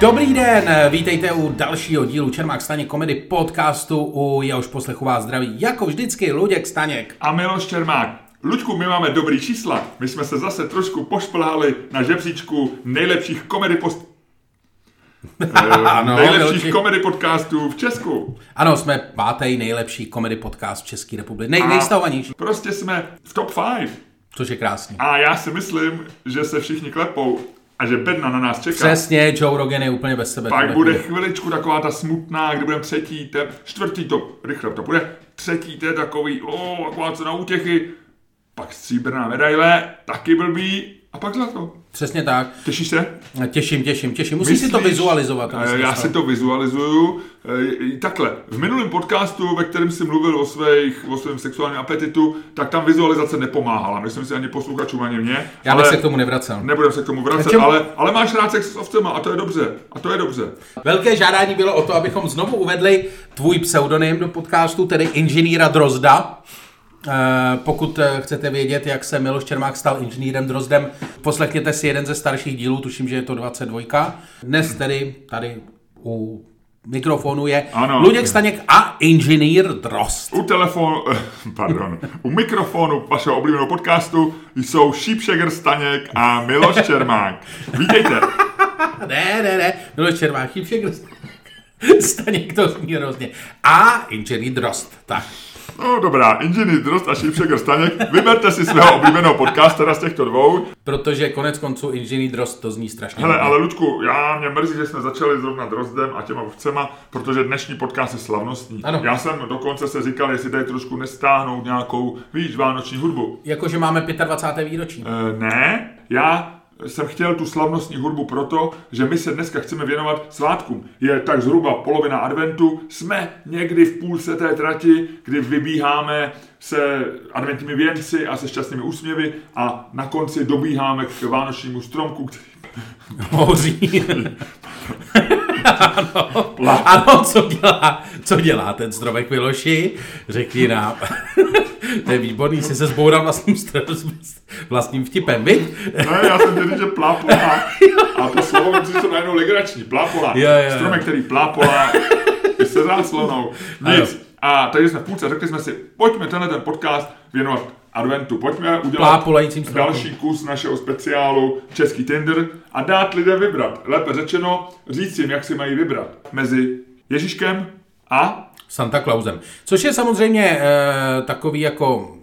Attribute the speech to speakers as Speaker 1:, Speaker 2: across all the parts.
Speaker 1: Dobrý den, vítejte u dalšího dílu Čermák Staněk komedy podcastu, u jehož poslechu vás zdraví, jako vždycky, Luděk Staněk.
Speaker 2: A Miloš Čermák. Luďku, my máme dobrý čísla. My jsme se zase trošku pošplhali na žebříčku nejlepších komedy post...
Speaker 1: Ano,
Speaker 2: ano, nejlepších
Speaker 1: Miloši.
Speaker 2: komedy podcastů v Česku.
Speaker 1: no, Ano, jsme pátý nejlepší komedy podcast v České republice, Nej,
Speaker 2: A
Speaker 1: nejstahovanější,
Speaker 2: Prostě jsme v top 5.
Speaker 1: což je krásný.
Speaker 2: A já si myslím, že se všichni klepou a že bedna na nás čeká.
Speaker 1: Přesně, Joe Rogan je úplně bez sebe.
Speaker 2: Pak
Speaker 1: Tohle
Speaker 2: bude
Speaker 1: chvíli.
Speaker 2: chviličku taková ta smutná, kdy budeme třetí, te, čtvrtý to, rychle to bude, třetí to je takový, o, taková co na útěchy, pak stříbrná medaile, taky blbý, a pak zlato.
Speaker 1: Přesně tak.
Speaker 2: Těšíš se?
Speaker 1: Těším, těším, těším. Musíš si to vizualizovat. to
Speaker 2: Eh,
Speaker 1: musíš
Speaker 2: Já
Speaker 1: stát.
Speaker 2: si to vizualizuju. eh, Takhle, v minulém podcastu, ve kterém jsi mluvil o, svých, o svém sexuálním apetitu, tak tam vizualizace nepomáhala. Myslím si ani posluchačům, ani mě.
Speaker 1: Já bych
Speaker 2: ale
Speaker 1: se k tomu nevracel.
Speaker 2: Nebudem se k tomu vracet,
Speaker 1: čem-
Speaker 2: ale, ale máš rád sex s ovcema a to je dobře. A to je dobře.
Speaker 1: Velké žádání bylo o to, abychom znovu uvedli tvůj pseudonym do podcastu, tedy inženýra Drozda. Eh, Pokud eh, chcete vědět, jak se Miloš Čermák stal inženýrem Drozdem, poslechněte si jeden ze starších dílů, tuším, že je to 22. Dnes tedy tady u mikrofonu je
Speaker 2: Ano.
Speaker 1: Luděk Staněk a inženýr Drozd.
Speaker 2: U telefonu, pardon, u mikrofonu vašeho oblíbeného podcastu jsou Šípšeger Staněk a Miloš Čermák. Vítejte.
Speaker 1: Ne, ne, ne, Miloš Čermák, chybšek Staněk to zní hrozně. A inženýr Drozd, tak.
Speaker 2: No dobrá, inženýr Drost a Šípšeger Staněk, vyberte si svého oblíbeného podcastera z těchto dvou.
Speaker 1: Protože konec konců inženýr Drozd to zní strašně.
Speaker 2: Hele,
Speaker 1: hodně.
Speaker 2: ale Ludku, já mě mrzí, že jsme začali zrovna Drozdem a těma ovcema, protože dnešní podcast je slavnostní.
Speaker 1: Ano.
Speaker 2: Já jsem dokonce se říkal, jestli tady trošku nestáhnout nějakou, víš, vánoční hudbu.
Speaker 1: Jakože máme 25. výročí.
Speaker 2: E, ne, já jsem chtěl tu slavnostní hudbu proto, že my se dneska chceme věnovat svátkům. Je tak zhruba polovina adventu, jsme někdy v půlce té trati, kdy vybíháme se adventními věnci a se šťastnými úsměvy a na konci dobíháme k vánočnímu stromku, který
Speaker 1: Hoří. ano. ano, co dělá, co dělá ten stromek Miloši? Řekni nám. to je výborný, jsi se zboural vlastním, str- vlastním vtipem, viď?
Speaker 2: Ne, já jsem tě říct, že plápolá. A to slovo mi přišlo najednou legrační. Plápolá.
Speaker 1: Jo, jo, jo.
Speaker 2: Stromek, který plápolá. je se záslonou.
Speaker 1: Ano.
Speaker 2: Nic. A tady jsme v půlce, řekli jsme si, pojďme tenhle ten podcast věnovat adventu. Pojďme udělat
Speaker 1: Plápolajícím stromkem.
Speaker 2: další kus našeho speciálu Český Tinder a dát lidem vybrat. Lépe řečeno, říct jim, jak si mají vybrat. Mezi Ježíškem a
Speaker 1: Santa Clausem. Což je samozřejmě eh, takový jako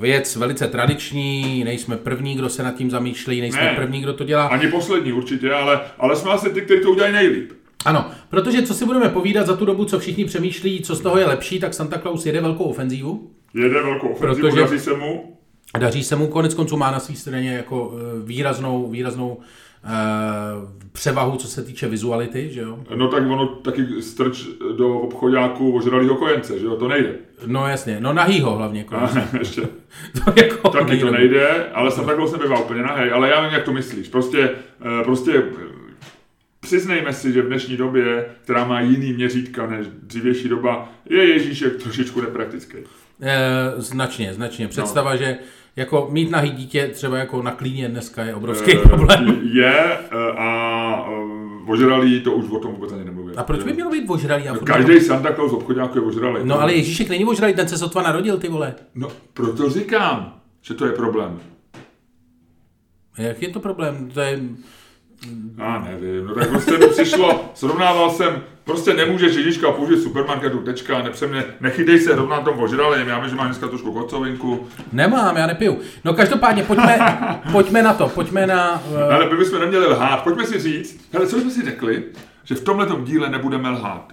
Speaker 1: věc velice tradiční, nejsme první, kdo se nad tím zamýšlí, nejsme
Speaker 2: Ne.
Speaker 1: první, kdo to dělá.
Speaker 2: ani poslední určitě, ale, ale jsme asi ty, kteří to udělají nejlíp.
Speaker 1: Ano, protože co si budeme povídat za tu dobu, co všichni přemýšlí, co z toho je lepší, tak Santa Claus jede velkou ofenzívu.
Speaker 2: Jede velkou ofenzivu,
Speaker 1: Protože-
Speaker 2: Protože... daří se mu,
Speaker 1: A daří se mu, konec konců má na své straně jako eh, výraznou, výraznou eh, převahu, co se týče vizuality, že jo?
Speaker 2: No tak ono taky strč do obchodáku ožralýho kojence, že jo, to nejde.
Speaker 1: No jasně, no nahýho hlavně. Konec.
Speaker 2: Ještě.
Speaker 1: To jako
Speaker 2: Ah, Taky to
Speaker 1: nejde.
Speaker 2: nejde, ale jsem takhle jsem bývá úplně nahej, ale já vím, jak to myslíš. Prostě, eh, prostě eh, přiznejme si, že v dnešní době, která má jiný měřítka než dřívější doba, je Ježíšek trošičku nepraktický.
Speaker 1: Eh, značně, značně. Představa, no. že jako mít nahý dítě třeba jako na klíně dneska je obrovský
Speaker 2: Eh,
Speaker 1: problém.
Speaker 2: Je eh, a eh, ožralý, to už o tom vůbec ani nemluvím.
Speaker 1: A proč by měl být ožralý? a furt-
Speaker 2: no, Každý Santa Claus obchodáku je ožralý.
Speaker 1: No ale Ježíšek není ožralý, ten se sotva narodil, ty vole.
Speaker 2: no, proto říkám, že to je problém.
Speaker 1: Jak je to problém? To je...
Speaker 2: Já nevím, no tak prostě mi přišlo, srovnával jsem, prostě nemůžeš Ježíška použít v supermarketu, tečka, nepře mě, nechytej se rovná tom ožralým, já vím, že mám dneska trošku kocovinku,
Speaker 1: Nemám, já nepiju. No každopádně, pojďme, pojďme na to, pojďme na... eh,
Speaker 2: ale my bychom neměli lhát, pojďme si říct, hele, co jsme si řekli, že v tomhle díle nebudeme lhát.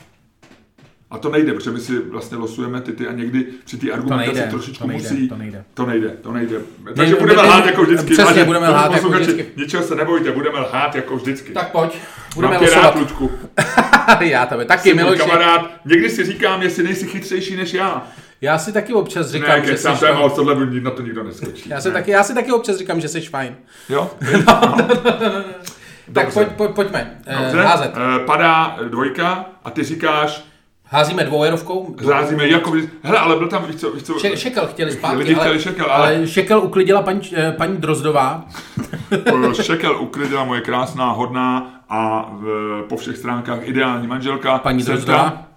Speaker 2: A to nejde, protože my si vlastně losujeme ty, ty a někdy při té argumentaci
Speaker 1: nejde,
Speaker 2: trošičku
Speaker 1: to nejde,
Speaker 2: musí...
Speaker 1: to nejde.
Speaker 2: To nejde, to nejde. Takže
Speaker 1: Ne,
Speaker 2: budeme
Speaker 1: ne,
Speaker 2: lhát
Speaker 1: ne,
Speaker 2: jako vždycky.
Speaker 1: přesně,
Speaker 2: vážení
Speaker 1: budeme lhát jako
Speaker 2: posluchači,
Speaker 1: vždycky.
Speaker 2: Ničeho se nebojte, budeme lhát jako vždycky.
Speaker 1: Tak pojď, budeme
Speaker 2: Mám tě
Speaker 1: losovat.
Speaker 2: rád, Luďku.
Speaker 1: já tebe taky,
Speaker 2: Ty můj
Speaker 1: Miloši.
Speaker 2: kamarád, někdy si říkám, jestli nejsi chytřejší než já.
Speaker 1: Já si taky občas
Speaker 2: Ne,
Speaker 1: říkám, že jsi
Speaker 2: kecám, to je
Speaker 1: fajn.
Speaker 2: moc, tohle by na to nikdo neskočí.
Speaker 1: Já si, taky, já si taky občas říkám, že jsi fajn.
Speaker 2: Jo?
Speaker 1: Tak
Speaker 2: Dobře.
Speaker 1: pojď, poj, pojďme. eh,
Speaker 2: Dobře.
Speaker 1: Házet.
Speaker 2: Eh, Padá dvojka a ty říkáš
Speaker 1: Házíme dvouerovkou.
Speaker 2: Řázíme jako... vždy- Hele, ale byl tam, víš co, víš co
Speaker 1: Še- šekel chtěli zpátky,
Speaker 2: Lidi chtěli šekel, ale-
Speaker 1: ale šekel uklidila paní, eh, paní Drozdová.
Speaker 2: eh, šekel uklidila moje krásná, hodná a v, po všech stránkách ideální manželka.
Speaker 1: Paní
Speaker 2: Senta-
Speaker 1: Drozdová.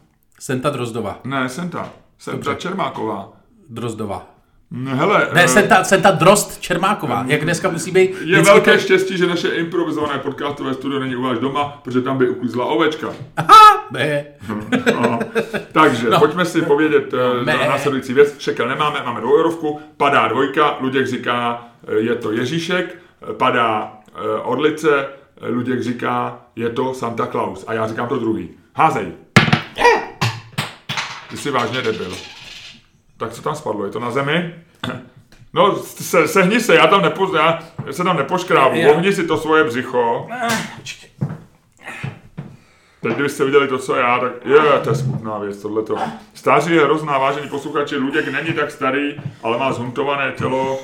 Speaker 1: Senta Drozdová.
Speaker 2: Ne, Senta. Senta Čermáková.
Speaker 1: Drozdová.
Speaker 2: Hm, Hele,
Speaker 1: Ne,
Speaker 2: eh,
Speaker 1: Senta, Senta Drost Čermáková. Jak dneska musí být...
Speaker 2: je
Speaker 1: vždycky
Speaker 2: velké
Speaker 1: to-
Speaker 2: štěstí, že naše improvizované podcastové studio není u vás doma, protože tam by uklízla ovečka.
Speaker 1: Ne.
Speaker 2: No. Takže no. pojďme si povědět no,
Speaker 1: mé.
Speaker 2: následující věc. Šekel nemáme, máme dvoueurovku, padá dvojka, Luděk říká, eh, je to Ježíšek, eh, padá eh, Orlice, eh, Luděk říká, je to Santa Claus. A já říkám to druhý. Házej. Ty jsi vážně debil. Tak co tam spadlo? Je to na zemi? No, se, sehni se, já tam nepo, já se tam nepoškrávu.
Speaker 1: Já-
Speaker 2: Hovni si to svoje břicho. Teď kdybyste viděli to, co já, tak je, to je smutná věc, tohleto. Stáří je hrozná, vážení posluchači, Luděk není tak starý, ale má zhuntované tělo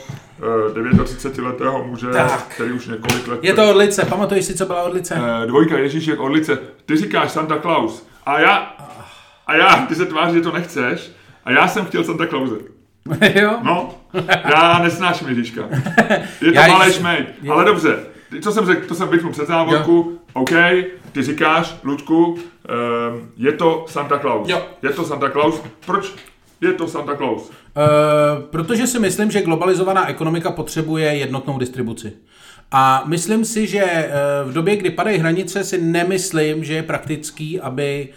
Speaker 2: eh, 39-letého muže,
Speaker 1: Tak.
Speaker 2: který už několik let...
Speaker 1: Je to Orlice. Pamatuješ si, co byla Orlice?
Speaker 2: Eh, Dvojka Ježíšek Orlice, ty říkáš Santa Claus a já, a já, ty se tváří, že to nechceš, a já jsem chtěl Santa Clause.
Speaker 1: jo?
Speaker 2: No, já nesnáším Ježíška. Je to
Speaker 1: Já
Speaker 2: malý
Speaker 1: jsi-
Speaker 2: šmej, ale dobře. Ty, Co jsem řekl, to jsem vypnul před závorku. OK, ty říkáš, Ludku, ehm, je to Santa Claus.
Speaker 1: Jo.
Speaker 2: Je to Santa Claus. Proč je to Santa Claus?
Speaker 1: Eh, protože si myslím, že globalizovaná ekonomika potřebuje jednotnou distribuci. A myslím si, že eh, v době, kdy padají hranice, si nemyslím, že je praktický, aby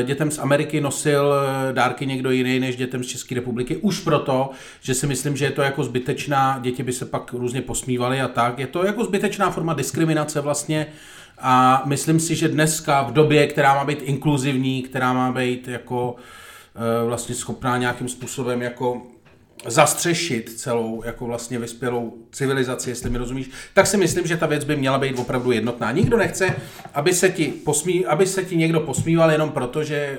Speaker 1: eh, dětem z Ameriky nosil eh, dárky někdo jiný než dětem z České republiky. Už proto, že si myslím, že je to jako zbytečná, děti by se pak různě posmívaly a tak. Je to jako zbytečná forma diskriminace vlastně a myslím si, že dneska v době, která má být inkluzivní, která má být jako eh, vlastně schopná nějakým způsobem jako zastřešit celou jako vlastně vyspělou civilizaci, jestli mi rozumíš, tak si myslím, že ta věc by měla být opravdu jednotná. Nikdo nechce, aby se ti, posmí, aby se ti někdo posmíval jenom proto, že eh,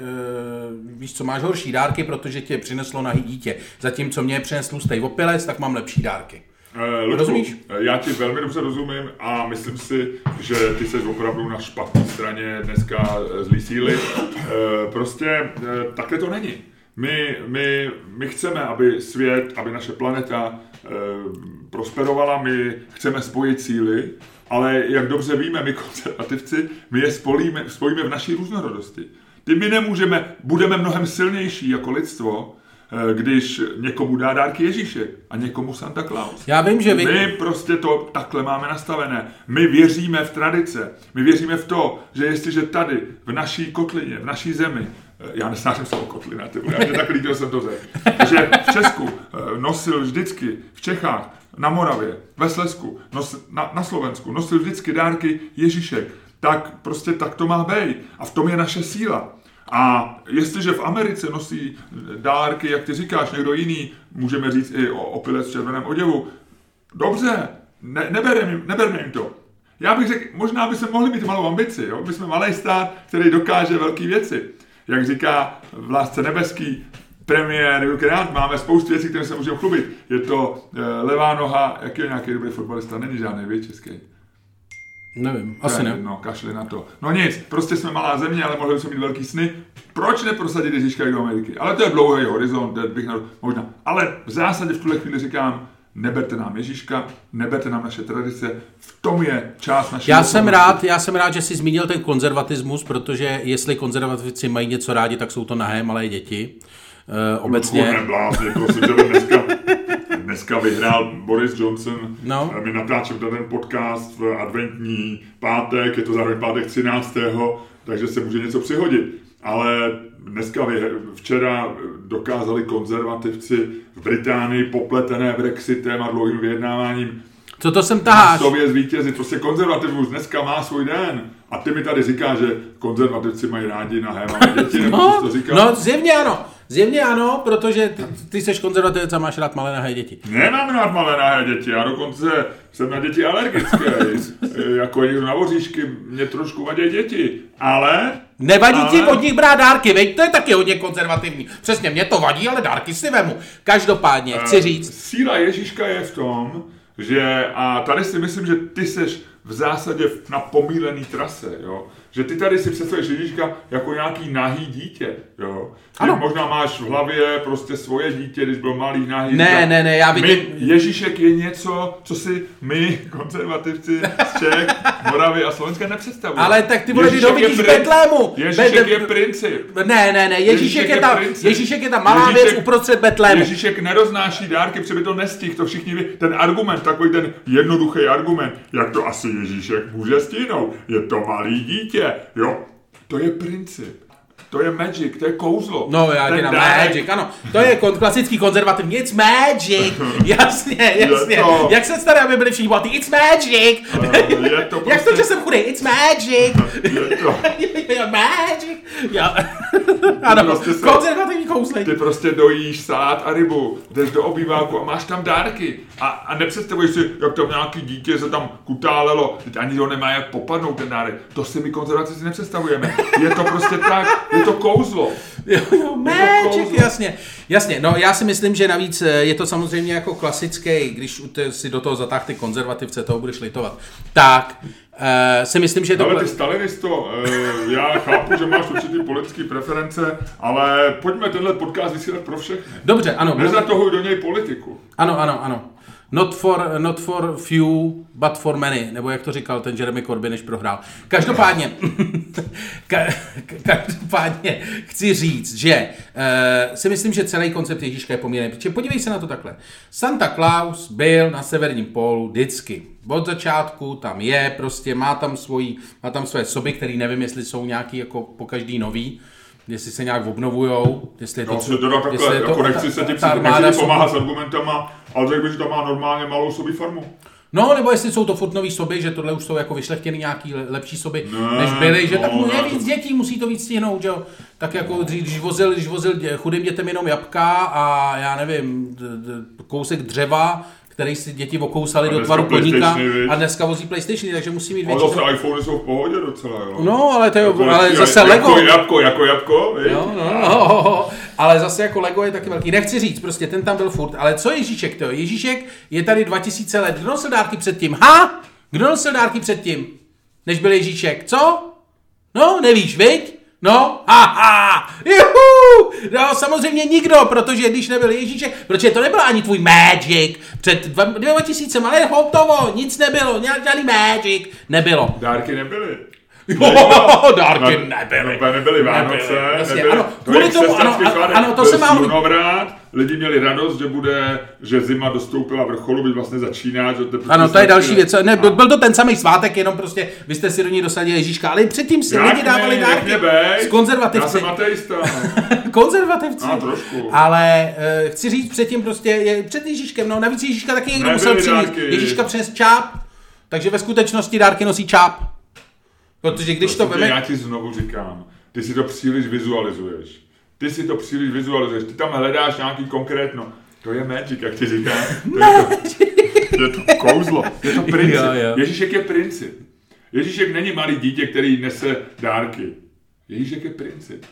Speaker 1: víš co, máš horší dárky, protože tě přineslo nahý dítě. Zatímco mě přinesl stej opilec, tak mám lepší dárky.
Speaker 2: Eh, Ludku,
Speaker 1: Rozumíš?
Speaker 2: eh, Já ti velmi dobře rozumím a myslím si, že ty jsi opravdu na špatné straně dneska eh, zlý síly. Eh, Prostě eh, takhle to není. My, my, my chceme, aby svět, aby naše planeta eh, prosperovala, my chceme spojit síly, ale jak dobře víme, my konzervativci, my je spojíme, spojíme v naší různorodosti. Ty my nemůžeme, budeme mnohem silnější jako lidstvo, eh, když někomu dá dárky Ježíšek a někomu Santa Claus.
Speaker 1: Já vím, že vy...
Speaker 2: My prostě to takhle máme nastavené. My věříme v tradice. My věříme v to, že jestliže tady, v naší kotlině, v naší zemi, eh, já nesnáším slovo kotlina, ty vole, já mě tak líbil jsem to řekl, že v Česku eh, nosil vždycky, v Čechách, na Moravě, ve Slezsku, nos, na, na Slovensku, nosil vždycky dárky Ježíšek. Tak prostě tak to má být. A v tom je naše síla. A jestliže v Americe nosí dárky, jak ty říkáš, někdo jiný, můžeme říct i o opilec v červeném oděvu, Dobře, ne, nebereme, jim, neberme jim to. Já bych řekl, možná by se mohli mít malou ambici, jo? My jsme malý stát, který dokáže velké věci. Jak říká v Lásce nebeský premiér Jurgen Rád, máme spoustu věcí, které se můžeme chlubit. Je to eh, levá noha, jak je nějaký dobrý fotbalista, není žádný, vy, český.
Speaker 1: Nevím, asi ne.
Speaker 2: No, kašli na to. No nic, prostě jsme malá země, ale mohli jsme mít velký sny. Proč neprosadit Ježíška i do Ameriky? Ale to je dlouhý horizont, to bych na, možná. Ale v zásadě v tuhle chvíli říkám, neberte nám Ježíška, neberte nám naše tradice, v tom je část naší...
Speaker 1: Já jsem,
Speaker 2: osobnosti.
Speaker 1: rád, já jsem rád, že jsi zmínil ten konzervatismus, protože jestli konzervativci mají něco rádi, tak jsou to nahé malé děti. Eh,
Speaker 2: Luku,
Speaker 1: obecně.
Speaker 2: neblázni, prosím, prostě, že by dneska, dneska vyhrál Boris Johnson.
Speaker 1: No.
Speaker 2: My natáčíme ten podcast v adventní pátek, je to zároveň pátek 13. takže se může něco přihodit. Ale dneska, vyhr- včera dokázali konzervativci v Británii popletené Brexitem a dlouhým vyjednáváním
Speaker 1: Co to sem taháš?
Speaker 2: sobě zvítězit. Prostě konzervativus dneska má svůj den. A ty mi tady říkáš, že konzervativci mají rádi na héma děti, nebo co jsi
Speaker 1: No,
Speaker 2: to říkal?
Speaker 1: no, zjevně ano. Zjevně ano, protože ty, ty jsi konzervativec a máš rád malé nahé děti.
Speaker 2: Nemám rád malé nahé děti, já dokonce jsem na děti alergický. Eh, jako někdo na voříšky, mě trošku vadí děti. Ale
Speaker 1: Nevadí
Speaker 2: Ale-
Speaker 1: ale... ti od nich brát dárky, veď? To je taky hodně konzervativní. Přesně, mě to vadí, ale dárky si vemu.
Speaker 2: Eh.
Speaker 1: Každopádně, chci říct,
Speaker 2: síla Ježíška je v tom, že, a tady si myslím, že ty seš v zásadě na pomílený trase, jo. Že ty tady si představuješ Ježíška jako nějaký nahý dítě, jo. Ty
Speaker 1: Ano.
Speaker 2: možná máš v hlavě prostě svoje dítě, když byl malý nahý.
Speaker 1: Ne,
Speaker 2: tak-
Speaker 1: ne, ne, já
Speaker 2: my,
Speaker 1: vidím-
Speaker 2: Ježíšek je něco, co si my, konzervativci z Čech, Moravy a Slovenska nepředstavujeme.
Speaker 1: Ale tak ty vole, ty
Speaker 2: Ježíšek
Speaker 1: to
Speaker 2: je
Speaker 1: vidíš v
Speaker 2: prin-
Speaker 1: Betlému.
Speaker 2: Ježíšek
Speaker 1: Be-
Speaker 2: je princip.
Speaker 1: Ne, ne, ne, Ježíšek je ta,
Speaker 2: princip.
Speaker 1: Ježíšek je ta malá
Speaker 2: Ježíšek-
Speaker 1: věc uprostřed Betlému.
Speaker 2: Ježíšek neroznáší dárky, protože by to nestihl, to všichni ví. Ten argument, takový ten jednoduchý argument, jak to asi Ježíšek může stihnout, je to malý dítě, jo. To je princip, to je magic, to je kouzlo.
Speaker 1: No, já
Speaker 2: Ten
Speaker 1: dělám
Speaker 2: dárek-
Speaker 1: magic, ano. To je kon, klasický konzervativní, it's magic, jasně, jasně.
Speaker 2: to-
Speaker 1: Jak se staré, aby byli všichni bohatí, it's magic.
Speaker 2: Eh, je to
Speaker 1: Jak
Speaker 2: prostě-
Speaker 1: to, že jsem chudý, it's magic.
Speaker 2: Je to,
Speaker 1: Jo, magic. Já, ano,
Speaker 2: Prostě se-
Speaker 1: konzervativní kouzlení.
Speaker 2: ty prostě dojíš salát a rybu, jdeš do obýváku a máš tam dárky. A, a nepředstavuješ si, jak tam nějaký dítě se tam kutálelo, teď ani ho nemá jak popadnout ten dárek. To si my konzervaci si nepředstavujeme. Je to prostě tak, je to kouzlo.
Speaker 1: Jo, jo, magic,
Speaker 2: kouzlo.
Speaker 1: jasně. Jasně, no já si myslím, že navíc eh, je to samozřejmě jako klasický, když u te- si do toho zatáh ty konzervativce, toho budeš litovat. Tak, uh, si myslím, že je to...
Speaker 2: Ale ty stalinisto, eh, já chápu, že máš určitý politické preference, ale pojďme tenhle podcast vysílat pro všechny.
Speaker 1: Dobře, ano,
Speaker 2: Nezatahuj do něj politiku.
Speaker 1: ano, ano, ano. Not for, not for few, but for many, nebo jak to říkal ten Jeremy Corbyn, než prohrál. Každopádně, ka, ka- každopádně chci říct, že uh, si myslím, že celý koncept Ježíška je poměrně, protože podívej se na to takhle. Santa Claus byl na severním pólu vždycky. Od začátku tam je, prostě má tam, svoji, má tam své soby, které nevím, jestli jsou nějaký jako po každý nový, jestli se nějak obnovujou, jestli je to,
Speaker 2: No, se teda
Speaker 1: jestli
Speaker 2: takhle,
Speaker 1: je to-
Speaker 2: jako nechci se
Speaker 1: ta-
Speaker 2: ti
Speaker 1: ta armáda
Speaker 2: přijít,
Speaker 1: jsou-
Speaker 2: pomáhat s argumentama, ale řekl bych, že tam má normálně malou sobí farmu.
Speaker 1: No, nebo jestli jsou to furt nový soby, že tohle už jsou jako vyšlechtěny nějaký le- lepší soby,
Speaker 2: Ne,
Speaker 1: ne, než byly, že
Speaker 2: no,
Speaker 1: tak mu je
Speaker 2: ne.
Speaker 1: víc dětí, musí to víc stihnout, že jo. Tak jako dřív, když vozil, když vozil dě- chudým dětem jenom jabka a já nevím, d- d- kousek dřeva, který si děti okousaly do
Speaker 2: dneska
Speaker 1: tvaru koníka
Speaker 2: PlayStationy, viď?
Speaker 1: a dneska vozí Playstationy, takže musí mít
Speaker 2: Ale
Speaker 1: větší.
Speaker 2: zase iPhony jsou v pohodě docela, jo.
Speaker 1: No, ale to je,
Speaker 2: Jako
Speaker 1: ale
Speaker 2: lepší,
Speaker 1: zase
Speaker 2: jako
Speaker 1: Lego.
Speaker 2: Jabko, jako jabko, viď?
Speaker 1: No, no, no, ale zase jako Lego je taky velký. Nechci říct, prostě ten tam byl furt. Ale co Ježíšek, to Ježíšek je tady 2000 let. Kdo nosil dárky předtím? Ha? Kdo nosil dárky předtím? Než byl Ježíšek, co? No, nevíš, viď? No, ha, ha, juhu! No, samozřejmě nikdo, protože když nebyl Ježíšek, protože to nebyl ani tvůj magic, před dva- dvěma tisícem, ale hotovo, nic nebylo, žádný- žádný magic nebylo.
Speaker 2: Dárky nebyly.
Speaker 1: Jo, dárky
Speaker 2: Ne- ne-
Speaker 1: nebyly.
Speaker 2: No, Nebyly Vánoce,
Speaker 1: Nebyly, jasně,
Speaker 2: nebyly.
Speaker 1: ano,
Speaker 2: To
Speaker 1: kvůli
Speaker 2: je
Speaker 1: tomu,
Speaker 2: křesťanský
Speaker 1: ano,
Speaker 2: farem.
Speaker 1: ano, to
Speaker 2: Byl
Speaker 1: se má-
Speaker 2: slunovrat, Lidi měli radost, že bude, že zima dostoupila vrcholu, byť vlastně začíná. Že teprve
Speaker 1: Ano, to je
Speaker 2: začne-
Speaker 1: další věc. Ne, byl byl to ten samý svátek, jenom prostě vy jste si do ní dosadili Ježíška, ale i předtím si
Speaker 2: Jak
Speaker 1: lidi dávali
Speaker 2: ne, jak
Speaker 1: dárky.
Speaker 2: mě bej?
Speaker 1: Z
Speaker 2: Já
Speaker 1: konzervativci.
Speaker 2: jsem ateista. no.
Speaker 1: konzervativci.
Speaker 2: Ano, trošku.
Speaker 1: Ale e, chci říct, předtím prostě je před Ježíškem, no navíc Ježíška taky někdo
Speaker 2: Nebyly
Speaker 1: musel přinést.
Speaker 2: dárky.
Speaker 1: Ježíška přes čáp, takže ve skutečnosti dárky nosí čáp. Protože když to
Speaker 2: Prosím tě,
Speaker 1: veme,
Speaker 2: Já ti znovu říkám, ty si to příliš vizualizuješ. Ty si to příliš vizualizuješ, ty tam hledáš nějaký konkrétno. To je magic, jak ti říkám. To je to, je to kouzlo, je to princip.
Speaker 1: Jo, jo.
Speaker 2: Ježíšek je princip. Ježíšek není malý dítě, který nese dárky. Ježíšek je princip.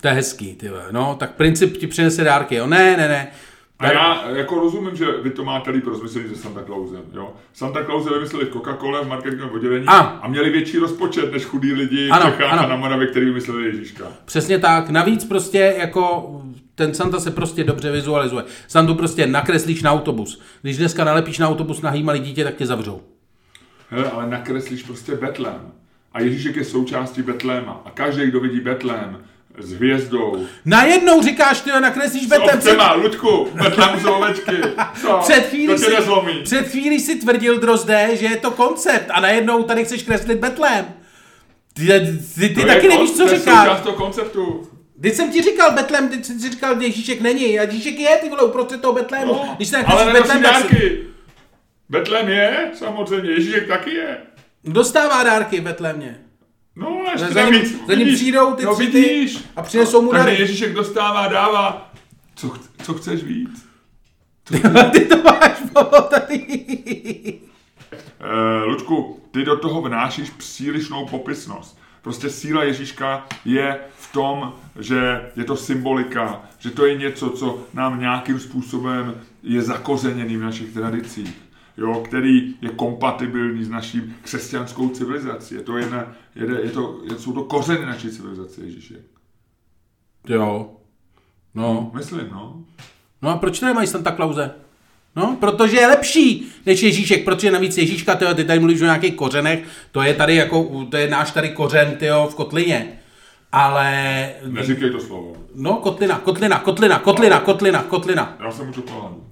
Speaker 1: to je hezký, ty vole. No, tak princip ti přinese dárky, jo. Ne, ne, ne.
Speaker 2: A já jako rozumím, že vy to máte líp rozmyslený se Santa Clausem, jo? Santa Clause vymysleli v Coca-Cole v marketingovém oddělení
Speaker 1: A.
Speaker 2: a. a měli větší rozpočet než chudí lidi
Speaker 1: Ano,
Speaker 2: v Čechách
Speaker 1: ano.
Speaker 2: a na Moravě, který vymysleli Ježíška.
Speaker 1: Přesně tak. Navíc prostě jako ten Santa se prostě dobře vizualizuje. Santu prostě nakreslíš na autobus. Když dneska nalepíš na autobus nahý malý dítě, tak tě zavřou.
Speaker 2: Hele, ale nakreslíš prostě Betlém. A Ježíšek je součástí Betléma. A každý, kdo vidí Betlém s hvězdou,
Speaker 1: Najednou říkáš, ty jo, nakreslíš
Speaker 2: s
Speaker 1: betem.
Speaker 2: ovcema, Ludku, Betlém jsou ovečky. Co?
Speaker 1: Před chvílí,
Speaker 2: to tě
Speaker 1: si,
Speaker 2: nezlomí.
Speaker 1: před chvílí si tvrdil, Drozde, že je to koncept a najednou tady chceš kreslit Betlém. Ty, ty, ty
Speaker 2: To
Speaker 1: taky
Speaker 2: je
Speaker 1: nevíš,
Speaker 2: kon-
Speaker 1: co
Speaker 2: to je
Speaker 1: říkáš.
Speaker 2: součást toho konceptu.
Speaker 1: Teď jsem ti říkal Betlém, teď jsem ti říkal, že Ježíšek není. A Ježíšek je, ty vole, uprostřed toho Betlému.
Speaker 2: No,
Speaker 1: Když se
Speaker 2: ale
Speaker 1: nakreslíš
Speaker 2: nenosí
Speaker 1: Betlém, tak si-
Speaker 2: dárky. Betlém je, samozřejmě, Ježíšek taky je.
Speaker 1: dostává dárky Betlémě.
Speaker 2: No, ještě
Speaker 1: Za ním-
Speaker 2: navíc,
Speaker 1: za ním
Speaker 2: vidíš,
Speaker 1: přijdou ty
Speaker 2: no,
Speaker 1: tři ty
Speaker 2: vidíš.
Speaker 1: a přinesou mu
Speaker 2: Takže
Speaker 1: dary.
Speaker 2: Ježíšek dostává, dává. Co, ch- co chceš víc?
Speaker 1: Ty to máš tady.
Speaker 2: Eh, Ludku, ty do toho vnášíš přílišnou popisnost. Prostě síla Ježíška je v tom, že je to symbolika, že to je něco, co nám nějakým způsobem je zakořeněný v našich tradicích. jo, který je kompatibilní s naší křesťanskou civilizací. Je to jedna, jede, je to, je, jsou to kořeny naší civilizace Ježíše.
Speaker 1: Jo. No.
Speaker 2: Myslím, no.
Speaker 1: No a proč to nemají Santa Clause? No, protože je lepší než Ježíšek, protože navíc Ježíška, tyjo, ty tady mluvíš o nějakých kořenech, to je tady jako, to je náš tady kořen, tyjo, v kotlině. Ale,
Speaker 2: Neříkej to slovo.
Speaker 1: no, kotlina, kotlina, kotlina, kotlina, kotlina, kotlina.
Speaker 2: Já jsem mu čokoládu.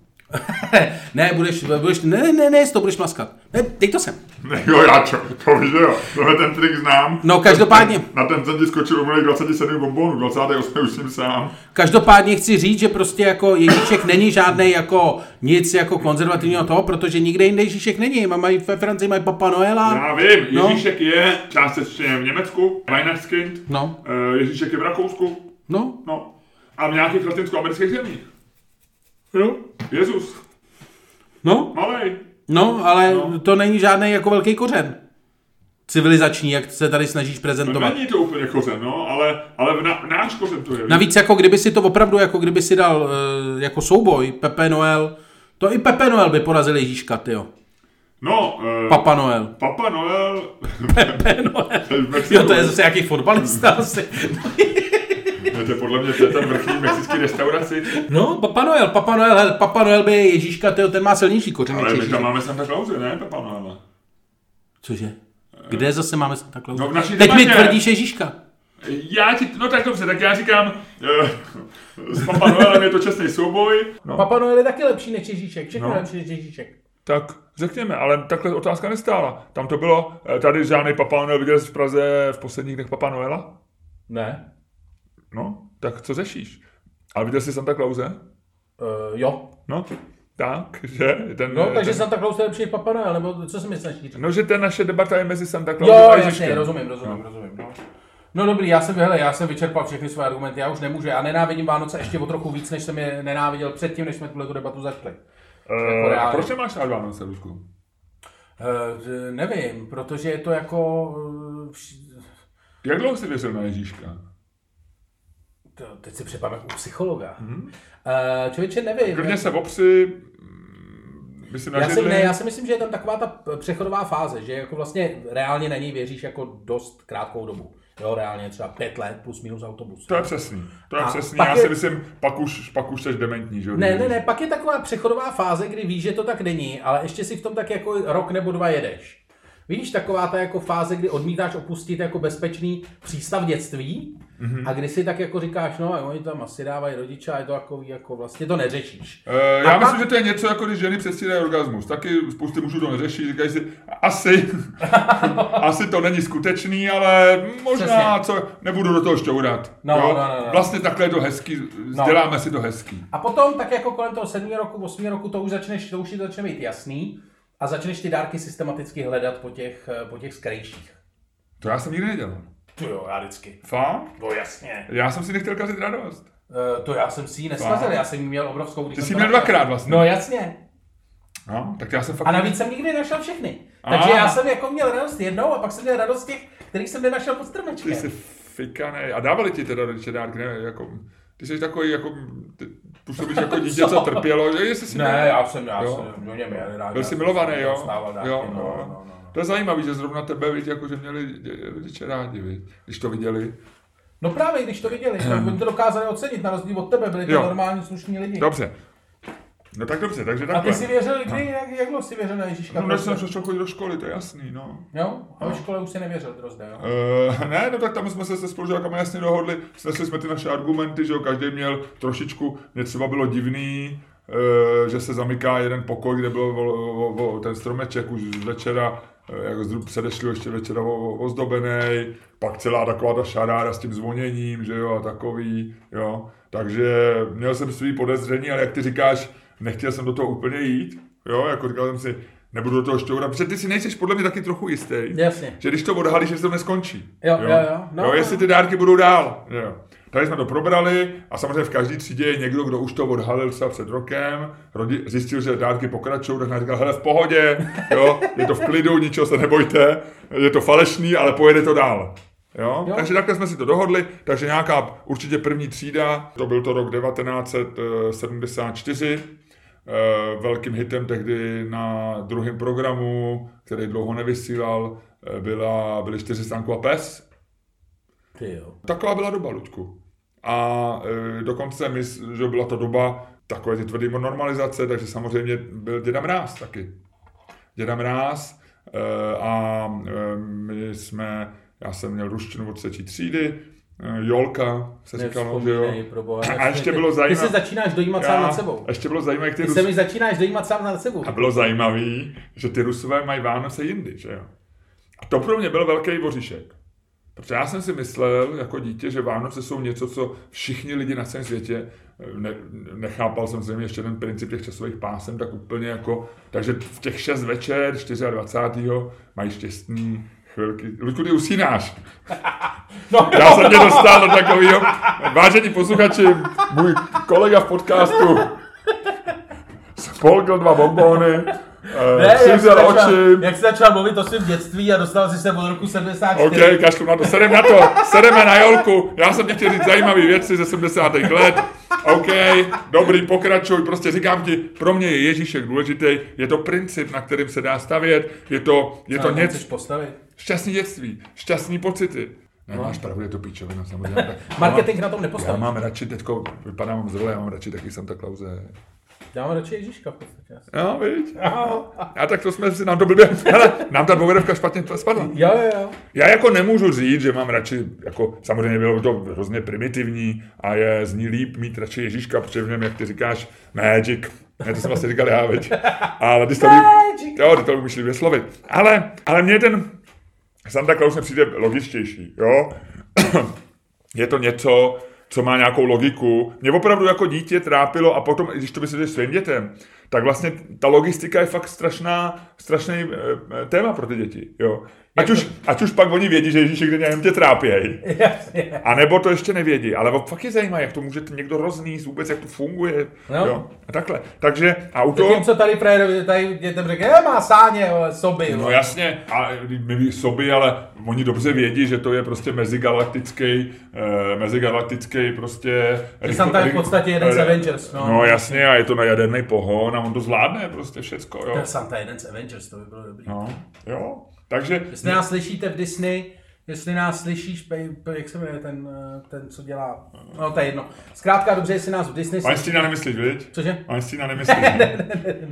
Speaker 1: ne, budeš, budeš, ne, ne, ne, to budeš maskat. Ne, dej to sem.
Speaker 2: Ne, jo, já čo, to víš, že jo. Tohle ten trik znám.
Speaker 1: No, každopádně.
Speaker 2: Na ten jsem ti skočil umělej 27 bombonů, 28 už jsem sám.
Speaker 1: Každopádně chci říct, že prostě jako Ježíšek není žádný jako nic jako konzervativního toho, protože nikde jinde Ježíšek není. Má- Mají ve Francii mají Papa Noela.
Speaker 2: Já vím,
Speaker 1: No.
Speaker 2: Ježíšek je částečně v Německu, Weihnachtskind,
Speaker 1: No.
Speaker 2: eh, Ježíšek je v Rakousku,
Speaker 1: No,
Speaker 2: no. A v nějakých latinskoamerických zemích. Jo. Jezus,
Speaker 1: no,
Speaker 2: malej.
Speaker 1: no, ale
Speaker 2: No.
Speaker 1: to není žádný jako velký kořen civilizační, jak se tady snažíš prezentovat.
Speaker 2: Není to úplně kořen, no, ale, ale v na, náš kořen to je.
Speaker 1: Navíc jako kdyby si to opravdu, jako kdyby si dal eh, jako souboj Pepe Noel, to i Pepe Noel by porazil Ježíška, tyjo.
Speaker 2: No, eh,
Speaker 1: Papa Noel.
Speaker 2: Papa Noel,
Speaker 1: Pepe Noel.
Speaker 2: to je v Mexiku.
Speaker 1: Jo, to je zase nějaký fotbalista asi.
Speaker 2: to je podle mě to je ten vrchní mexický restauraci.
Speaker 1: No, Papa Noel, Papa Noel, hele, Papa Noel by je Ježíška, tyjo, ten má silnější kořeny.
Speaker 2: Ale
Speaker 1: než
Speaker 2: my tam
Speaker 1: Ježíšek.
Speaker 2: máme Santa Clause, ne, Papa Noela?
Speaker 1: Cože? Kde zase máme Santa Claus?
Speaker 2: No, v naší
Speaker 1: Teď mi
Speaker 2: debatě.
Speaker 1: tvrdíš Ježíška.
Speaker 2: Já ti, no tak dobře, tak já říkám, eh, s Papa Noelem je to čestný souboj. No.
Speaker 1: Papa Noel je taky lepší než Ježíšek. Všechno
Speaker 2: No.
Speaker 1: lepší než Ježíšek.
Speaker 2: Tak řekněme, ale takhle otázka nestála. Tam to bylo, eh, tady žádný Papa Noel viděl v Praze v posledních dnech Papa Noela?
Speaker 1: Ne.
Speaker 2: No, tak co řešíš? Ale viděl jsi Santa Clause?
Speaker 1: Uh, jo.
Speaker 2: No, tak, že? Ten,
Speaker 1: No,
Speaker 2: eh,
Speaker 1: takže
Speaker 2: ten,
Speaker 1: Santa Claus je lepší než Papa Noel, nebo co si mi snaží říct?
Speaker 2: no, že ta naše debata je mezi Santa Clausem
Speaker 1: Jo,
Speaker 2: a
Speaker 1: jasně,
Speaker 2: Ježíškem.
Speaker 1: rozumím, rozumím, rozumím. No. No dobrý, já jsem, hele, já jsem vyčerpal všechny své argumenty, já už nemůžu, já nenávidím Vánoce ještě o trochu víc, než jsem je nenáviděl předtím, než jsme tuhle debatu začali.
Speaker 2: Eh,
Speaker 1: Jako reálně.
Speaker 2: proč nemáš rád Vánoce, Rusku?
Speaker 1: Uh, nevím, protože je to jako... eh, vš-
Speaker 2: Jak dlouho jsi věřil na Ježíška?
Speaker 1: To, teď si připadám jako psychologa. Mm-hmm. Uh, člověče, nevím.
Speaker 2: Krvně Mhm. se mm, vopři, myslím, na
Speaker 1: Já si, ne, já si myslím, že je tam taková ta p- přechodová fáze, že jako vlastně reálně na něj věříš jako dost krátkou dobu. Jo, reálně třeba pět let plus minus autobus.
Speaker 2: To je přesný, to je
Speaker 1: A
Speaker 2: přesný.
Speaker 1: pak
Speaker 2: Já
Speaker 1: je-
Speaker 2: si myslím, pak už, pak už jsi dementní, že jo?
Speaker 1: Ne, ne, ne, pak je taková přechodová fáze, kdy víš, že to tak není, ale ještě si v tom tak jako rok nebo dva jedeš. Víš, taková ta jako fáze, kdy odmítáš opustit jako bezpečný přístav dětství
Speaker 2: Mhm.
Speaker 1: mm-hmm. a kdy si tak jako říkáš, no jo, oni tam asi dávají rodiče a je to jako, jako vlastně to neřešíš.
Speaker 2: Eh,
Speaker 1: A
Speaker 2: Já
Speaker 1: pak-
Speaker 2: myslím, že to je něco, jako když ženy přestírají orgasmus. Taky spousty mužů to neřeší, říkají si, asi, asi to není skutečný, ale možná, co, nebudu do toho šťourat.
Speaker 1: No,
Speaker 2: jo?
Speaker 1: no, no, no.
Speaker 2: Vlastně takhle je to hezký, děláme si to hezký.
Speaker 1: A potom, tak jako kolem toho 7. roku, 8. roku, to už začneš, to už ti to začne být jasný a začneš ty dárky systematicky hledat po těch, eh, po těch skrejších.
Speaker 2: To já jsem nikdy nedělal.
Speaker 1: To jo, já vždycky.
Speaker 2: Fakt?
Speaker 1: No jasně.
Speaker 2: Já jsem si nechtěl kazit radost.
Speaker 1: E, to já jsem si ji neskazil,
Speaker 2: Fakt?
Speaker 1: já jsem ji měl obrovskou. když
Speaker 2: Ty
Speaker 1: jsem
Speaker 2: jsi
Speaker 1: to
Speaker 2: měl
Speaker 1: našel.
Speaker 2: dvakrát vlastně.
Speaker 1: No jasně.
Speaker 2: no tak já jsem fakt...
Speaker 1: A navíc jsem nikdy nenašel všechny. Takže
Speaker 2: Ah.
Speaker 1: já jsem jako měl radost jednou a pak jsem měl radost těch, kterých jsem nenašel pod
Speaker 2: Ty
Speaker 1: strmečkem.
Speaker 2: jsi fikanej. A dávali ti teda rodiče dárky, ne? Jako, ty jsi takový, jako, ty působíš jako dítě, co trpělo, že jestli si
Speaker 1: Ne, já jsem, já
Speaker 2: Jo.
Speaker 1: jsem, do něm měl rád.
Speaker 2: Byl
Speaker 1: já
Speaker 2: jsi
Speaker 1: jsem
Speaker 2: milovaný, jo?
Speaker 1: dostával dárky,
Speaker 2: jo,
Speaker 1: no, no, no, no.
Speaker 2: no. To je zajímavé, že zrovna tebe, viď, jako, že měli dě- rodiče rádi, viď, když to viděli.
Speaker 1: No právě, když to viděli, tak oni to dokázali ocenit, na rozdíl od tebe, byli to
Speaker 2: Jo.
Speaker 1: normální slušní lidi.
Speaker 2: Dobře. No tak dobře, takže
Speaker 1: A
Speaker 2: takhle.
Speaker 1: ty jsi věřil kdy? Jak, jak dlouho jsi věřil na Ježíška?
Speaker 2: No, než jsem přešel chodit do školy, to je jasný, no.
Speaker 1: Jo? A ve škole už si nevěřil Drozde, jo?
Speaker 2: Uh, ne, no tak tam jsme se se spolužákama jasně dohodli, snesli jsme ty naše argumenty, že jo, každý měl trošičku, mě třeba bylo divný, uh, že se zamyká jeden pokoj, kde byl o, o, o, ten stromeček už z večera, eh, jako z předešlého ještě večera o- o- ozdobený, pak celá taková ta šaráda s tím zvoněním, že jo, a takový, jo. Takže měl jsem svý podezření, ale jak ty říkáš, nechtěl jsem do toho úplně jít, jo, jako říkal jsem si, nebudu do toho šťourat, protože ty si nejseš podle mě taky trochu jistý
Speaker 1: Jasně.
Speaker 2: že když to odhalíš, že se to neskončí.
Speaker 1: Jo, jo, jo. No,
Speaker 2: No, jo jestli ty dárky budou dál. Jo. Tady jsme to probrali a samozřejmě v každé třídě je někdo, kdo už to odhalil třeba před rokem, rodi, zjistil, že dárky pokračují, tak nám říkal, hele, v pohodě, jo, je to v klidu, ničeho se nebojte, je to falešný, ale pojede to dál. Jo?
Speaker 1: Jo.
Speaker 2: jo? Takže takhle jsme si to dohodli, takže nějaká určitě první třída, to byl to rok 1974, eh, velkým hitem tehdy na druhém programu, který dlouho nevysílal, eh, byla, byly čtyři stánku a pes.
Speaker 1: Ty jo.
Speaker 2: Taková byla doba, Luďku. A e, dokonce my, s- že byla to doba takové ty tvrdý normalizace, takže samozřejmě byl Děda Mráz taky. Děda Mráz e, a e, my jsme, já jsem měl ruštinu od třetí třídy, e, Jolka se říkalo, no, že jo.
Speaker 1: Nevzpomínej, proboha,
Speaker 2: A ještě bylo zajímavé.
Speaker 1: Ty se začínáš dojímat sám nad sebou.
Speaker 2: Ještě bylo zajímavé, jak ty
Speaker 1: Ty
Speaker 2: Rusy...
Speaker 1: se mi začínáš dojímat sám nad sebou.
Speaker 2: A bylo zajímavé, že ty Rusové mají Vánoce jindy, že jo. A to pro mě byl velký voříšek. Protože já jsem si myslel jako dítě, že Vánoce jsou něco, co všichni lidi na celém světě, eh, ne, nechápal jsem zřejmě ještě ten princip těch časových pásem, tak úplně jako, takže v těch 6 večer, 24. mají štěstný chvilky. Luďku, ty usínáš.
Speaker 1: No,
Speaker 2: Já jsem tě dostal do takového, vážení posluchači, můj kolega v podcastu spolkl dva bombóny,
Speaker 1: Ne,
Speaker 2: ne,
Speaker 1: jak, jsi
Speaker 2: přivzel
Speaker 1: začal,
Speaker 2: oči,
Speaker 1: jak jsi začal mluvit o svém dětství a dostal jsi se od roku 74.
Speaker 2: OK, kašlu na to, sedem na to, sedeme na Jolku, já jsem tě chtěl říct zajímavé věci ze 70. let, OK, dobrý, pokračuj, prostě říkám ti, pro mě je Ježíšek důležitý, je to princip, na kterým se dá stavět, je to, je to
Speaker 1: to
Speaker 2: něco,
Speaker 1: Chceš postavit?
Speaker 2: šťastný dětství, šťastný pocity. Ne, máš pravdu, je to píčovina, samozřejmě.
Speaker 1: Marketing na tom
Speaker 2: Já
Speaker 1: nepostaví.
Speaker 2: mám radši teďko, vypadám zle, já mám radši taky Santa Clause.
Speaker 1: Já mám radši Ježíška v podstatě. asi.
Speaker 2: Jo, viď? A tak to jsme si nám to blbě, hele, nám ta dvouvedovka špatně to spadla.
Speaker 1: Jo, jo, jo.
Speaker 2: Já jako nemůžu říct, že mám radši, jako samozřejmě bylo to hrozně primitivní a je zní líp mít radši Ježíška, protože v něm, jak ty říkáš, magic. Ne, to jsem vlastně říkal já, viď? Ale když to vím-
Speaker 1: Magic.
Speaker 2: Jo, ty to umíš líbě slovit. Ale, ale mně ten Santa Claus mi přijde logičtější, jo? je to něco, co má nějakou logiku. Mě opravdu jako dítě trápilo a potom, když to vysvětlíš svým dětem, tak vlastně ta logistika je fakt strašná, strašný eh, eh, téma pro ty děti. Jo. Ať, už, ať už pak oni vědí, že Ježíšek jde nějak tě trápěj.
Speaker 1: Jasně.
Speaker 2: A nebo to ještě nevědí, ale fakt je zajímá, jak to může někdo rozníst, vůbec jak to funguje.
Speaker 1: No.
Speaker 2: Jo. A takhle. Takže a u toho...
Speaker 1: Tím, co tady frajerovi, tady dětem řekne, je, má sáně, vole, soby.
Speaker 2: No
Speaker 1: vole."
Speaker 2: jasně, a my soby, ale oni dobře vědí, že to je prostě mezigalaktický, eh, mezigalaktický prostě...
Speaker 1: Že Santa je v podstatě jeden z
Speaker 2: eh,
Speaker 1: Avengers, no.
Speaker 2: No jasně, a je to na jaderný pohon a on to zvládne prostě všecko, jo.
Speaker 1: Ten Santa je jeden z Avengers, to by bylo dobrý.
Speaker 2: No, jo. Takže
Speaker 1: Jestli nás slyšíte v Disney, jestli nás slyšíš, pe- pe- jak se jmenuje ten, eh, ten co dělá, no to je jedno. Zkrátka dobře, jestli nás v Disney
Speaker 2: Einsteina nemyslíš, viď?
Speaker 1: Cože?
Speaker 2: Einsteina nemyslíš, ne,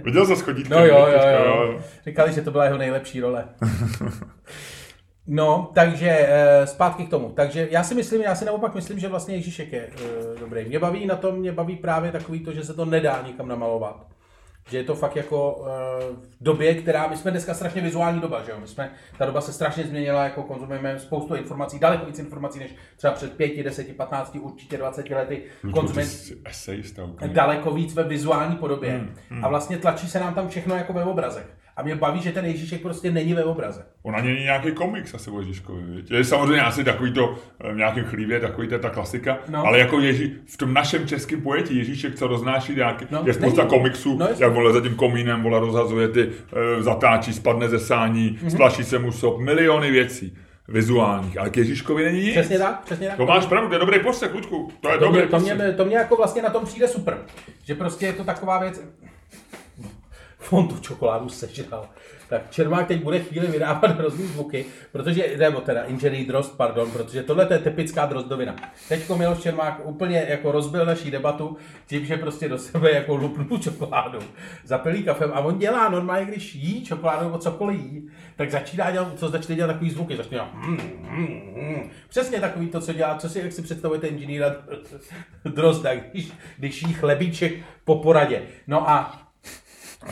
Speaker 2: Viděl jsi schodík?
Speaker 1: No jo, jo, jo. Říkali, že to byla jeho nejlepší role. No, takže eh, zpátky k tomu. Takže já si myslím, já si naopak myslím, že vlastně Ježíšek je eh, dobrý. Mě baví na tom, mě baví právě takový to, že se to nedá nikam namalovat. Že je to fakt jako eh, v době, která, my jsme dneska strašně vizuální doba, že jo? My jsme, ta doba se strašně změnila, jako konzumujeme spoustu informací, daleko víc informací, než třeba před 5, 10, 15, určitě 20 lety.
Speaker 2: Konzumen.
Speaker 1: Konzumujeme
Speaker 2: Esejista úplně.
Speaker 1: daleko víc ve vizuální podobě.
Speaker 2: Hmm,
Speaker 1: A vlastně tlačí se nám tam všechno jako ve obrazech. A mě baví, že ten Ježíšek prostě není ve obraze.
Speaker 2: On ani není nějaký komiks asi o Ježíškovi, viď? Je samozřejmě asi takový to eh, v nějakém chlívě, takový to je ta klasika,
Speaker 1: No.
Speaker 2: no. ale jako Ježí, v tom našem českém pojetí Ježíšek, co roznáší nějaký,
Speaker 1: No,
Speaker 2: no, je spousta
Speaker 1: není.
Speaker 2: komiksů,
Speaker 1: No,
Speaker 2: no,
Speaker 1: jasně.
Speaker 2: jak vole za tím komínem, vole rozhazuje ty, eh, zatáčí, spadne ze sání,
Speaker 1: Mhm.
Speaker 2: mm-hmm. splaší se mu sop, miliony věcí vizuálních, ale k Ježíškovi není nic.
Speaker 1: Přesně tak, přesně tak.
Speaker 2: To máš pravdu, to je dobrý postřeh, Ludku, to je
Speaker 1: To
Speaker 2: dobrý
Speaker 1: mě, to,
Speaker 2: postřeh.
Speaker 1: mě, to mě jako vlastně na tom přijde super. Že prostě je to taková věc... On tu čokoládu sežral. Tak Čermák teď bude chvíli vydávat hrozný zvuky, protože, nebo teda inženýr drost, pardon, protože tohle to je typická drozdovina. Teďko Miloš Čermák úplně jako rozbil naší debatu tím, že prostě do sebe jako lupnul čokoládu, zapilí kafem a on dělá normálně, když jí čokoládu nebo cokoliv jí, tak začíná dělat, co začne dělat takový zvuky, začne dělat mm, mm, mm. Přesně takový to, co dělá, co si, jak si představujete inženýra Drozda, když, když jí chlebíček po poradě. No a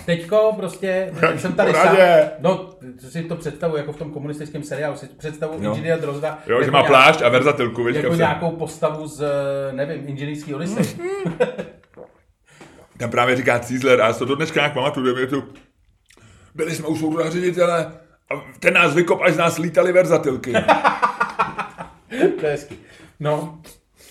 Speaker 1: Teďko prostě
Speaker 2: Jak
Speaker 1: jsem tady sám.
Speaker 2: poradě.
Speaker 1: No, co si to představu, jako v tom komunistickém seriálu, si představu
Speaker 2: Jo.
Speaker 1: inženýra Drozda.
Speaker 2: Jo,
Speaker 1: jako
Speaker 2: že má
Speaker 1: nějak-
Speaker 2: plášť a verzatilku, viď,
Speaker 1: Jako
Speaker 2: kapsa.
Speaker 1: nějakou postavu z, nevím, inženýrský Odyssey.
Speaker 2: Tam právě říká Cízler, a já si to do dneška nějak pamatuju, dvě větu. Byli jsme u soudu na ředitele a ten nás vykop, až z nás lítali verzatilky.
Speaker 1: to je hezký. No,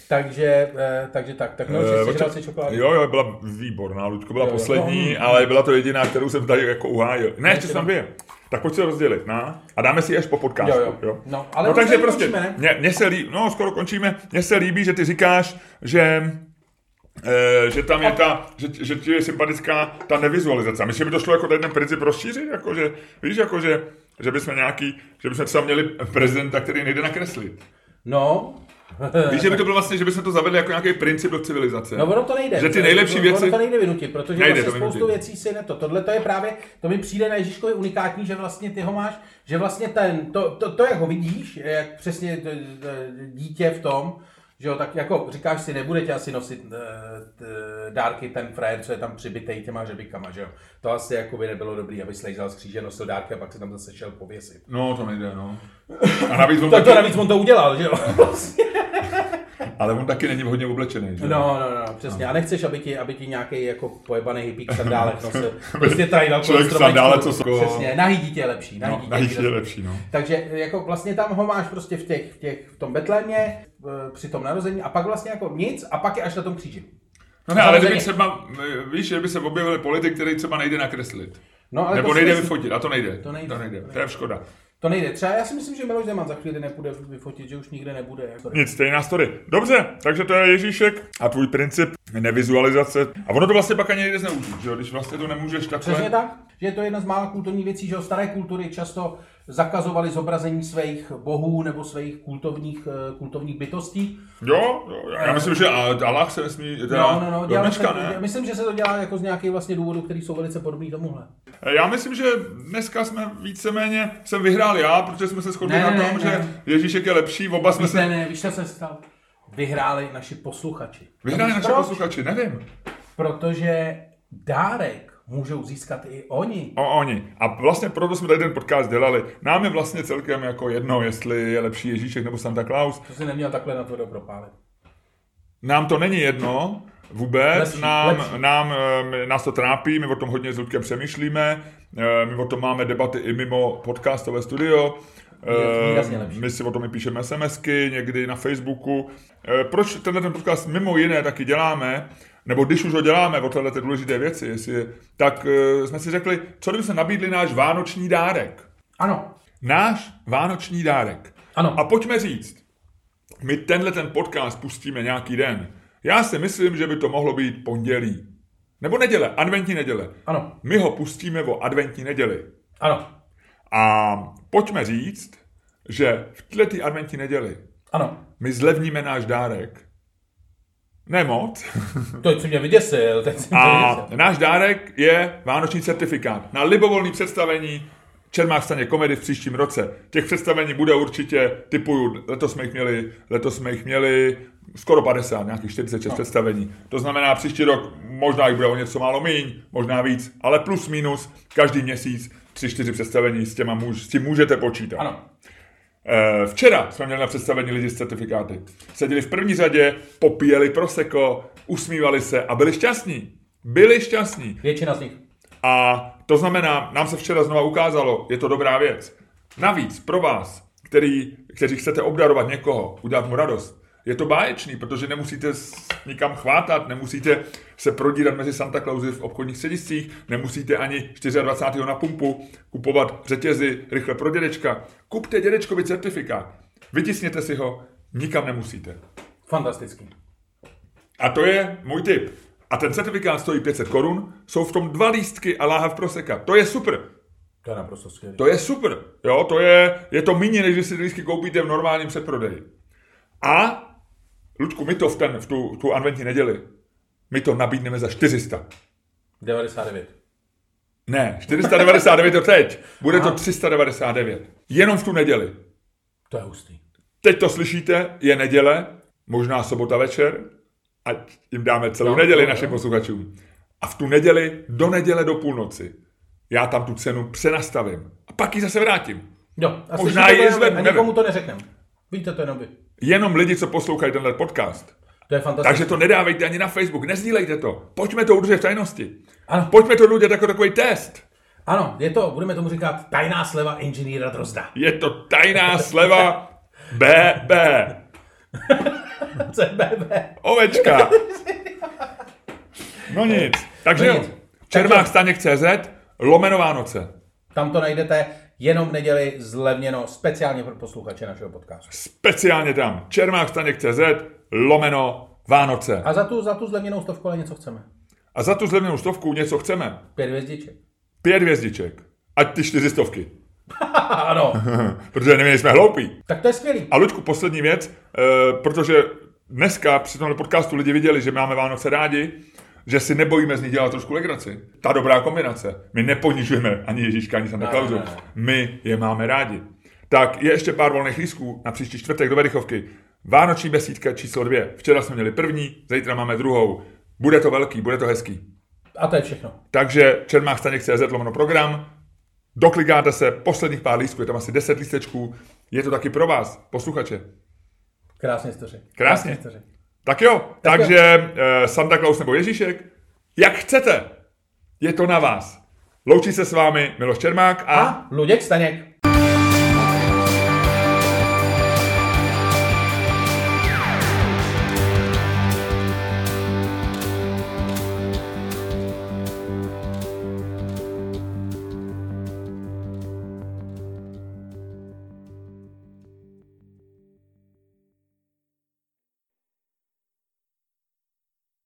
Speaker 1: takže, eh, takže tak, tak no,
Speaker 2: Eh,
Speaker 1: že
Speaker 2: o
Speaker 1: sežral
Speaker 2: čem-
Speaker 1: si čokoládu.
Speaker 2: jo, jo, byla výborná, Ludko, byla
Speaker 1: Jo, jo.
Speaker 2: poslední, ale byla to jediná, kterou jsem tady jako uhájil. Ne, ještě
Speaker 1: ještě
Speaker 2: jsem tam dvě. Tak pojď se rozdělit, na. A dáme si ji až po podcastu.
Speaker 1: Jo, jo. No, ale
Speaker 2: no
Speaker 1: už
Speaker 2: takže
Speaker 1: tady
Speaker 2: prostě,
Speaker 1: končíme, ne?
Speaker 2: mně, mně se líbí, no skoro končíme, mně se líbí, že ty říkáš, že Eh, že tam je ta, že, že ti je sympatická ta nevizualizace. A Myslím, že by to šlo jako tady ten princip rozšířit, jakože, víš, jakože, že bychom nějaký, že bychom třeba měli prezidenta, který nejde nakreslit.
Speaker 1: No,
Speaker 2: Víš, že by to bylo vlastně, že bychom to zavedli jako nějaký princip do civilizace.
Speaker 1: No ono to nejde.
Speaker 2: Že ty nejlepší
Speaker 1: ono,
Speaker 2: věci-
Speaker 1: Ono to nejde vynutit, protože
Speaker 2: Nejde
Speaker 1: nejde
Speaker 2: to
Speaker 1: vlastně
Speaker 2: vynutit.
Speaker 1: spoustu věcí si ne to. Tohle to je právě, to mi přijde na Ježíškovi unikátní, že vlastně ty ho máš, že vlastně ten, to, to, to jak ho vidíš, jak přesně to- to dítě v tom, že jo, tak jako říkáš si, nebude tě asi nosit eh, t, dárky ten frajer, co je tam přibitej těma řebíkama, že jo. To asi jako by nebylo dobrý, aby slejzal z kříže, nosil dárky a pak se tam zase šel pověsit.
Speaker 2: No, to nejde, no. A navíc on
Speaker 1: To,
Speaker 2: taky,
Speaker 1: to navíc on to udělal, že jo. Vlastně.
Speaker 2: ale on taky není hodně oblečený, že?
Speaker 1: No, no, no, přesně. A nechceš, aby ti, aby ti nějaký jako pojebaný hippík v sandálech nosil. Prostě tady na
Speaker 2: Člověk v sandále, co jsou-
Speaker 1: Přesně, nahý dítě je lepší. Nahý,
Speaker 2: No,
Speaker 1: dítě,
Speaker 2: na jich je lepší, no.
Speaker 1: Takže jako vlastně tam ho máš prostě v, těch, v, těch, v tom Betlémě, eh, při tom narození a pak vlastně jako nic a pak je až na tom kříži.
Speaker 2: No ne, ale kdyby
Speaker 1: Samozřejmě.
Speaker 2: třeba, eh, víš, že by se objevil politik, který třeba nejde nakreslit.
Speaker 1: No, ale
Speaker 2: Nebo
Speaker 1: to si
Speaker 2: nejde
Speaker 1: myslím-
Speaker 2: vyfotit, a to nejde.
Speaker 1: To nejde.
Speaker 2: To, nejde. to je škoda.
Speaker 1: To nejde. Třeba já si myslím, že Miloš Zeman za chvíli nepůjde vyfotit, že už nikde nebude. Jako.
Speaker 2: Nic, stejná story. Dobře, takže to je Ježíšek a tvůj princip nevizualizace. A ono to vlastně pak ani nejde zneužít, že jo? Když vlastně to nemůžeš takhle...
Speaker 1: Přesně tak. Že je to jedna z mála kulturních věcí, že jo, staré kultury často zakazovaly zobrazení svých bohů nebo svých kultovních, eh, kultovních bytostí.
Speaker 2: Jo, jo, já myslím, že a- Allah se nesmí... Teda,
Speaker 1: Eh. No, no, no,
Speaker 2: do
Speaker 1: děláme
Speaker 2: dneška,
Speaker 1: to,
Speaker 2: ne?
Speaker 1: myslím, že se to dělá jako z nějakých vlastně důvodů, které jsou velice podobné tomuhle.
Speaker 2: Já myslím, že dneska jsme víceméně, jsem vyhrál já, protože jsme se shodli
Speaker 1: Ne,
Speaker 2: na
Speaker 1: ne,
Speaker 2: tom,
Speaker 1: ne,
Speaker 2: že
Speaker 1: ne.
Speaker 2: Ježíšek je lepší, oba jsme
Speaker 1: Ne,
Speaker 2: se...
Speaker 1: ne, víš, co se stalo? Vyhráli naši posluchači.
Speaker 2: Vyhráli
Speaker 1: A víš
Speaker 2: naše
Speaker 1: proč?
Speaker 2: posluchači, nevím.
Speaker 1: Protože dárek můžou získat i oni.
Speaker 2: O, oni. A vlastně proto jsme tady ten podcast dělali. Nám je vlastně celkem jako jedno, jestli je lepší Ježíšek nebo Santa Claus.
Speaker 1: To si neměl takhle na to propálit.
Speaker 2: Nám to není jedno vůbec,
Speaker 1: Lepší,
Speaker 2: nám,
Speaker 1: lepší.
Speaker 2: Nám, ehm, nás to trápí, my o tom hodně s Ludkem přemýšlíme, eh, my o tom máme debaty i mimo podcastové studio,
Speaker 1: Výrazně-
Speaker 2: eh,
Speaker 1: výrazně lepší.
Speaker 2: my si o tom i píšeme SMSky, někdy na Facebooku. Eh, Proč tenhle ten podcast mimo jiné taky děláme, nebo když už ho děláme o téhle té důležité věci, jestli je, tak eh, jsme si řekli, co kdyby se nabídli náš vánoční dárek.
Speaker 1: Ano,
Speaker 2: Náš vánoční dárek.
Speaker 1: Ano.
Speaker 2: A pojďme říct, my tenhle ten podcast pustíme nějaký den. Já si myslím, že by to mohlo být pondělí. Nebo neděle, adventní neděle.
Speaker 1: ano,
Speaker 2: My ho pustíme o adventní neděli.
Speaker 1: ano,
Speaker 2: A pojďme říct, že v této adventní neděli
Speaker 1: ano.
Speaker 2: my zlevníme náš dárek. Nemoc.
Speaker 1: To je, co mě vyděsil, teď jsem
Speaker 2: A
Speaker 1: vyděsil.
Speaker 2: náš dárek je vánoční certifikát na libovolný představení Čermák staně komedy v příštím roce. Těch představení bude určitě, typuju, letos jsme jich měli, letos jsme jich měli skoro 50, nějakých 46 no. představení. To znamená, příští rok možná jich bude o něco málo míň, možná víc, ale plus minus každý měsíc 3-4 představení s, těma můž, s tím můžete počítat.
Speaker 1: Ano,
Speaker 2: Eh, Včera jsme měli na představení lidi s certifikáty. Seděli v první řadě, popíjeli proseko, usmívali se a byli šťastní. Byli šťastní.
Speaker 1: většina z nich.
Speaker 2: A to znamená, nám se včera znova ukázalo, je to dobrá věc. Navíc pro vás, který, kteří chcete obdarovat někoho, udělat mu radost, je to báječný, protože nemusíte s- nikam chvátat, nemusíte se prodírat mezi Santa Clausy v obchodních střediscích, nemusíte ani 24. na pumpu kupovat řetězy rychle pro dědečka. Kupte dědečkovi certifikát, vytisněte si ho, nikam nemusíte.
Speaker 1: Fantastický.
Speaker 2: A to je můj tip. A ten certifikát stojí 500 korun, jsou v tom dva lístky a láhev proseka. To je super.
Speaker 1: To je naprosto skvělé.
Speaker 2: To je super. Jo, to je, je to méně, než když si ty lístky koupíte v normálním předprodeji. A, Ludku, my to v, ten, v tu, tu adventní neděli, my to nabídneme za 400.
Speaker 1: 99.
Speaker 2: Ne, 499 to teď. Bude to 399. Jenom v tu neděli.
Speaker 1: To je hustý.
Speaker 2: Teď to slyšíte, je neděle, možná sobota večer, ať jim dáme celou no, neděli
Speaker 1: no,
Speaker 2: našim posluchačům. A v tu neděli, do neděle do půlnoci, já tam tu cenu přenastavím. A pak ji zase vrátím.
Speaker 1: Jo, a
Speaker 2: Možná
Speaker 1: slyšíte
Speaker 2: je
Speaker 1: to jenom vy
Speaker 2: zvedneme.
Speaker 1: A nikomu to neřekneme. Víte to jenom vy.
Speaker 2: Jenom lidi, co poslouchají tenhle podcast.
Speaker 1: To je fantastické.
Speaker 2: Takže to nedávejte ani na Facebook, nezdílejte to. Pojďme to udržet v tajnosti.
Speaker 1: Ano.
Speaker 2: Pojďme to udělat jako takový test.
Speaker 1: Ano, je to, budeme tomu říkat, tajná sleva inženýra Drozda.
Speaker 2: Je to tajná sleva BB.
Speaker 1: CBB.
Speaker 2: Ovečka. No nic. Takže
Speaker 1: No
Speaker 2: jo.
Speaker 1: nic.
Speaker 2: Čermák staněk CZ, lomeno Vánoce.
Speaker 1: Tam to najdete jenom v neděli zlevněno speciálně pro posluchače našeho podcastu.
Speaker 2: Speciálně tam. Čermák staněk CZ, lomeno Vánoce.
Speaker 1: A za tu, za tu zlevněnou stovku ale něco chceme.
Speaker 2: A za tu zlevněnou stovku něco chceme.
Speaker 1: Pět hvězdiček.
Speaker 2: Pět hvězdiček. Ať ty čtyři stovky.
Speaker 1: ano,
Speaker 2: Protože nevím, jsme hloupí.
Speaker 1: tak to je skvělý.
Speaker 2: A Luďku, poslední věc, e, protože dneska při tomhle podcastu lidi viděli, že máme Vánoce rádi, že si nebojíme z nich dělat trošku legraci. Ta dobrá kombinace. My neponižujeme ani Ježíška, ani Santa
Speaker 1: Ne,
Speaker 2: Clausu.
Speaker 1: ne, ne.
Speaker 2: My je máme rádi. Tak je ještě pár volných lístků na příští čtvrtek do Verichovky. Vánoční besídka číslo dvě. Včera jsme měli první, zítra máme druhou. Bude to velký, bude to hezký.
Speaker 1: A to je všechno.
Speaker 2: Takže čermáchstaněk.cz lomeno program. Doklikáte se, posledních pár lístků, je tam asi 10 lístečků. Je to taky pro vás, posluchače.
Speaker 1: Krásně jsi to řekl.
Speaker 2: Krásně.
Speaker 1: jsi to řekl.
Speaker 2: Tak jo, tak takže eh, Santa Claus nebo Ježíšek, jak chcete, je to na vás. Loučí se s vámi Miloš Čermák a...
Speaker 1: A Luděk Staněk.